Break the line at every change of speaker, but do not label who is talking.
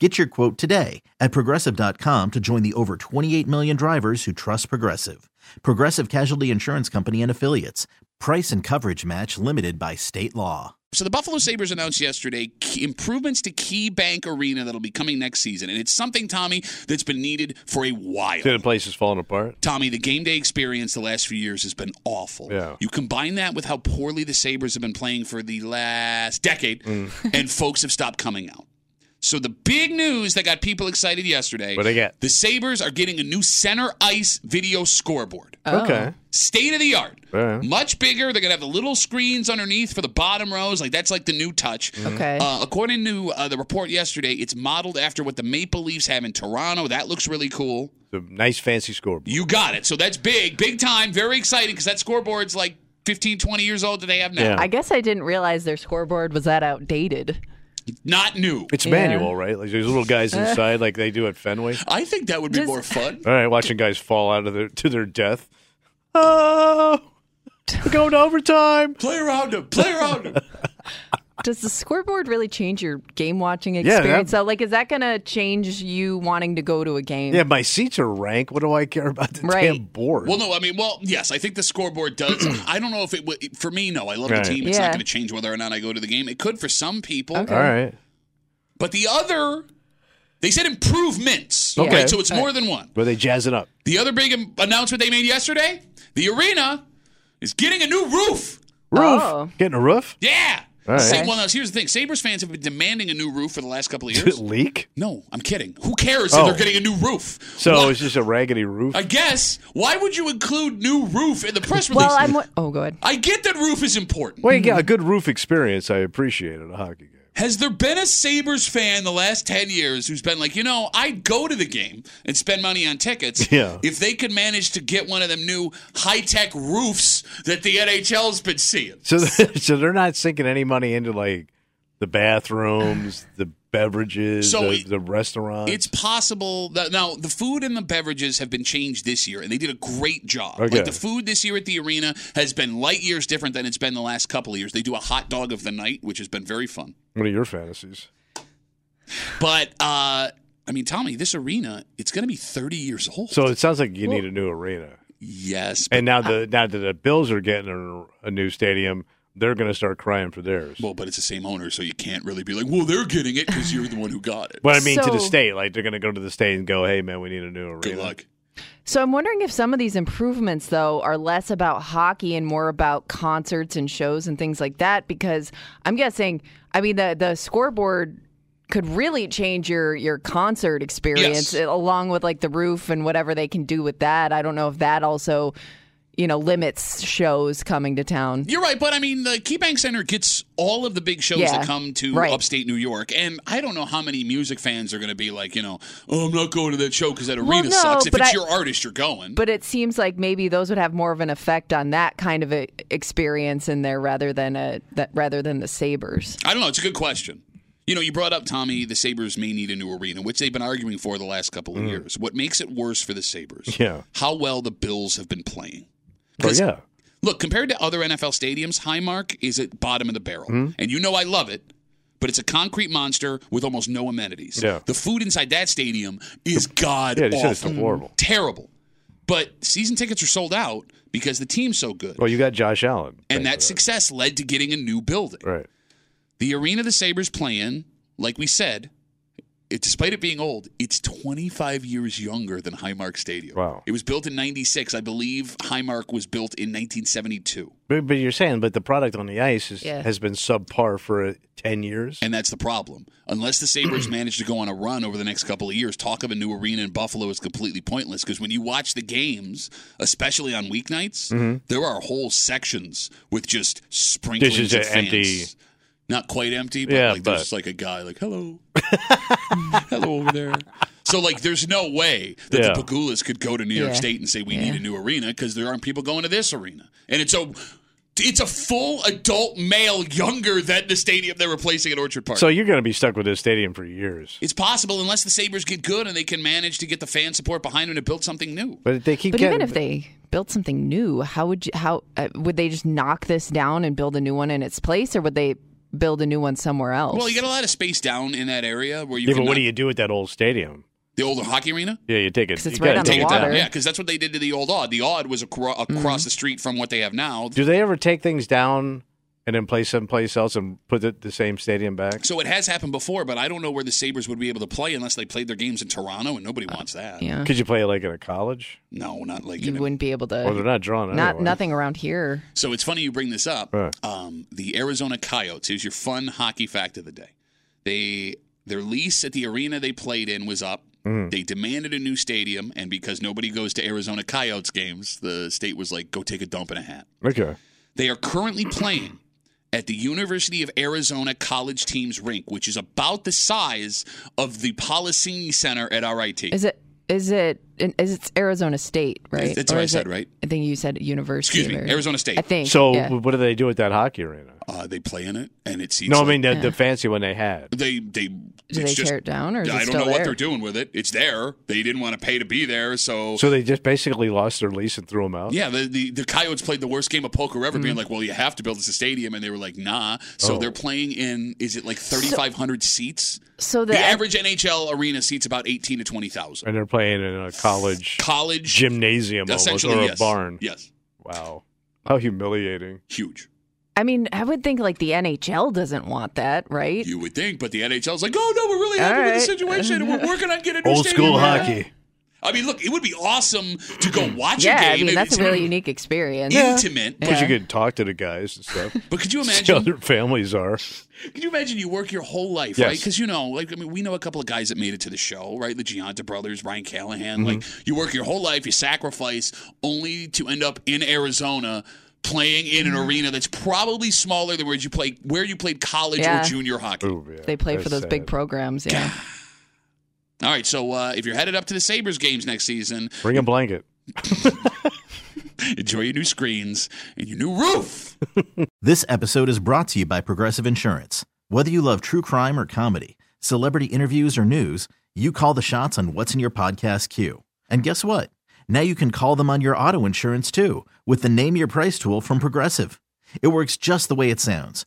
Get your quote today at progressive.com to join the over 28 million drivers who trust Progressive. Progressive Casualty Insurance Company and Affiliates. Price and coverage match limited by state law.
So the Buffalo Sabres announced yesterday key- improvements to Key Bank Arena that'll be coming next season. And it's something, Tommy, that's been needed for a while.
Dude, the place is falling apart.
Tommy, the game day experience the last few years has been awful.
Yeah.
You combine that with how poorly the Sabres have been playing for the last decade,
Mm.
and folks have stopped coming out. So the big news that got people excited yesterday
What'd they get?
the Sabres are getting a new center ice video scoreboard.
Okay.
State of the art.
Yeah.
Much bigger. They're going to have the little screens underneath for the bottom rows. Like, that's like the new touch.
Mm-hmm.
Okay.
Uh, according to uh, the report yesterday, it's modeled after what the Maple Leafs have in Toronto. That looks really cool.
The nice fancy scoreboard.
You got it. So that's big, big time, very exciting because that scoreboard's like 15, 20 years old that they have now.
Yeah.
I guess I didn't realize their scoreboard was that outdated.
Not new.
It's manual, right? Like there's little guys inside, like they do at Fenway.
I think that would be more fun.
All right, watching guys fall out of their to their death. Oh, we're going to overtime.
Play around him. Play around him.
Does the scoreboard really change your game watching
that-
experience? so, like, is that going to change you wanting to go to a game?
Yeah, my seats are rank. What do I care about the damn
Right.
board?
Well, no, I mean, well, yes, I think the scoreboard does. I don't know if it would. For me, no. I love
Right.
the team. It's not
Yeah.
going to change whether or not I go to the game. It could for some people.
Okay.
All right,
But the other, they said improvements.
Okay.
Right? So it's more than one.
where they jazz it up.
The other big im- announcement they made yesterday the arena is getting a new roof.
Roof,
Oh.
getting a roof.
Yeah.
All right.
Same,
Okay.
well, now, here's the thing Sabres fans have been demanding a new roof for the last couple of
Did it
years.
leak?
no, I'm kidding. Who cares
Oh.
if they're getting a new roof?
So
Why-
it's just a raggedy roof.
I guess. Why would you include new roof in the press release?
Well, I'm. wa- Oh, go ahead.
I get that roof is important.
well, you got a good roof experience. I appreciate at a hockey game.
Has there been a Sabres fan the last 10 years who's been like, you know, I'd go to the game and spend money on tickets
Yeah.
if they could manage to get one of them new high tech roofs that the NHL's been seeing?
So, they're, so they're not sinking any money into like the bathrooms, the beverages,
So
the,
it-
the restaurant.
It's possible that now the food and the beverages have been changed this year, and they did a great job.
Okay.
Like the food this year at the arena has been light years different than it's been the last couple of years. They do a hot dog of the night, which has been very fun.
one of your fantasies.
But uh, I mean, Tommy, this arena it's going to be 30 years old.
So it sounds like you need a new arena,
yes, but,
and now the now that the Bills are getting a, a new stadium, they're going to start crying for theirs.
well, but it's the same owner, so you can't really be like, well, they're getting it because you're the one who got it.
But I mean, to the
So-
state, like they're going to go to the state and go, "Hey, man, we need a new arena."
Good luck.
So, I'm wondering if some of these improvements, though, are less about hockey and more about concerts and shows and things like that. Because I'm guessing, I mean, the the scoreboard could really change your your concert experience
Yes.
along with like the roof and whatever they can do with that. I don't know if that also, you know, limits shows coming to town.
You're right, but I mean, the KeyBank Center gets all of the big shows
Yeah,
that come to
right.
upstate New York, and I don't know how many music fans are going to be like, you know, oh, I'm not going to that show because that arena
no,
sucks. If
but
it's
I-
your artist, you're going.
But it seems like maybe those would have more of an effect on that kind of a experience in there rather than a that rather than the Sabers.
I don't know. It's a good question. You know, you brought up Tommy. The Sabers may need a new arena, which they've been arguing for the last couple of years. What makes it worse for the Sabers?
Mm. Yeah.
How well the Bills have been playing.
But yeah,
Look, compared to other NFL stadiums, Highmark is at bottom of the barrel.
Hmm?
And you know I love it, but it's a concrete monster with almost no amenities.
Yeah.
The food inside that stadium is god
yeah, they said it's
awful.
horrible.
terrible. But season tickets are sold out because the team's so good.
Well, you got Josh Allen,
and that
Thanks for
success led to getting a new building.
that. right?
The arena the Sabres play in, like we said, it, despite it being old, it's 25 years younger than Highmark Stadium.
Wow.
It was built in 96. I believe Highmark was built in 1972.
But, but you're saying, but the product on the ice is,
Yeah.
has been subpar for uh, ten years.
And that's the problem. Unless the Sabres manage to go on a run over the next couple of years, talk of a new arena in Buffalo is completely pointless because when you watch the games, especially on weeknights,
Mm-hmm.
there are whole sections with just sprinklings
This is
of
a
fans.
empty-
Not quite empty, but
Yeah,
like
but-
there's like a guy like, hello. hello over there. So like there's no way that
Yeah.
the Pagulas could go to New York
Yeah.
State and say we need a new arena because there aren't people going to this arena. And it's a it's a full adult male younger than the stadium they're replacing at Orchard Park.
So you're going to be stuck with this stadium for years.
It's possible unless the Sabres get good and they can manage to get the fan support behind them to build something new.
But if they keep
But
getting.
even if they built something new, how would you, how uh, would they just knock this down and build a new one in its place, or would they build a new one somewhere else?
Well, you got a lot of space down in that area where you
yeah,
can
but what do you do with that old stadium?
the old hockey arena.
Yeah, you take it.
'Cause it's
you
right
gotta
on the
take it
it
down.
water.
yeah, because that's what they did to the old odd. The odd was acro- across
Mm-hmm.
the street from what they have now.
Do they ever take things down and then place someplace else and put the, the same stadium back?
Uh-huh.
So it has happened before, but I don't know where the Sabres would be able to play unless they played their games in Toronto, and
Uh,
nobody wants that.
yeah,
Could you play it like at a college?
No, not like in
you
a-
wouldn't be able to.
Well, they're not drawn.
Uh, not
otherwise.
nothing around here.
So it's funny you bring this up.
Right.
Um, the Arizona Coyotes. Here's your fun hockey fact of the day. They their lease at the arena they played in was up.
Mm.
They demanded a new stadium, and because nobody goes to Arizona Coyotes games, the state was like, "Go take a dump in a hat."
Okay.
They are currently playing at the University of Arizona College Team's rink, which is about the size of the Policini Center at RIT.
Is it? Is it? Is it's Arizona State, right?
That's
Or
what I
is
said,
it-
right?
I think you said University.
Excuse me,
of
Arizona State.
I think
So
yeah.
what do they do with that hockey arena?
Uh, they play in it, and it seats.
No, I
like-
mean the, the fancy one they had.
they they.
Do
it's
they
just,
tear it down, or is it
I don't
still
know
there?
what they're doing with it. It's there. They didn't want to pay to be there, so.
So they just basically lost their lease and threw them out.
yeah, the, the the Coyotes played the worst game of poker ever,
Mm-hmm.
being like, "Well, you have to build us a stadium," and they were like, "Nah." So
Oh.
they're playing in is it like thirty five hundred seats?
So
The,
the,
average NHL arena seats about eighteen to twenty thousand.
And they're playing in a college
College,
gymnasium almost,
essentially,
or a
yes,
barn.
yes,
Wow. How humiliating.
huge.
I mean, I would think like the NHL doesn't want that, right?
You would think, but the NHL's like, "Oh no, we're really happy
All
with the
right.
situation, and we're working on getting a new stadium." I mean, look, it would be awesome to go watch
yeah,
a game.
I mean
and
that's
it's
a really unique experience.
intimate.
Because
Yeah.
you could talk to the guys and stuff.
But could you
See how
imagine?
their families are.
Can you imagine you work your whole life,
Yes.
right? Because you know, like I mean, we know a couple of guys that made it to the show, right? The Gianta brothers, Ryan Callahan.
Mm-hmm.
Like you work your whole life, you sacrifice, only to end up in Arizona playing in an arena that's probably smaller than where you play where you played college
Yeah.
or junior hockey.
Ooh, yeah,
They play
that's
for those big
sad.
programs, yeah.
All right, so uh, if you're headed up to the Sabres games next season,
Bring a blanket.
enjoy your new screens and your new roof.
This episode is brought to you by Progressive Insurance. Whether you love true crime or comedy, celebrity interviews or news, you call the shots on what's in your podcast queue. And guess what? Now you can call them on your auto insurance too with the Name Your Price tool from Progressive. It works just the way it sounds.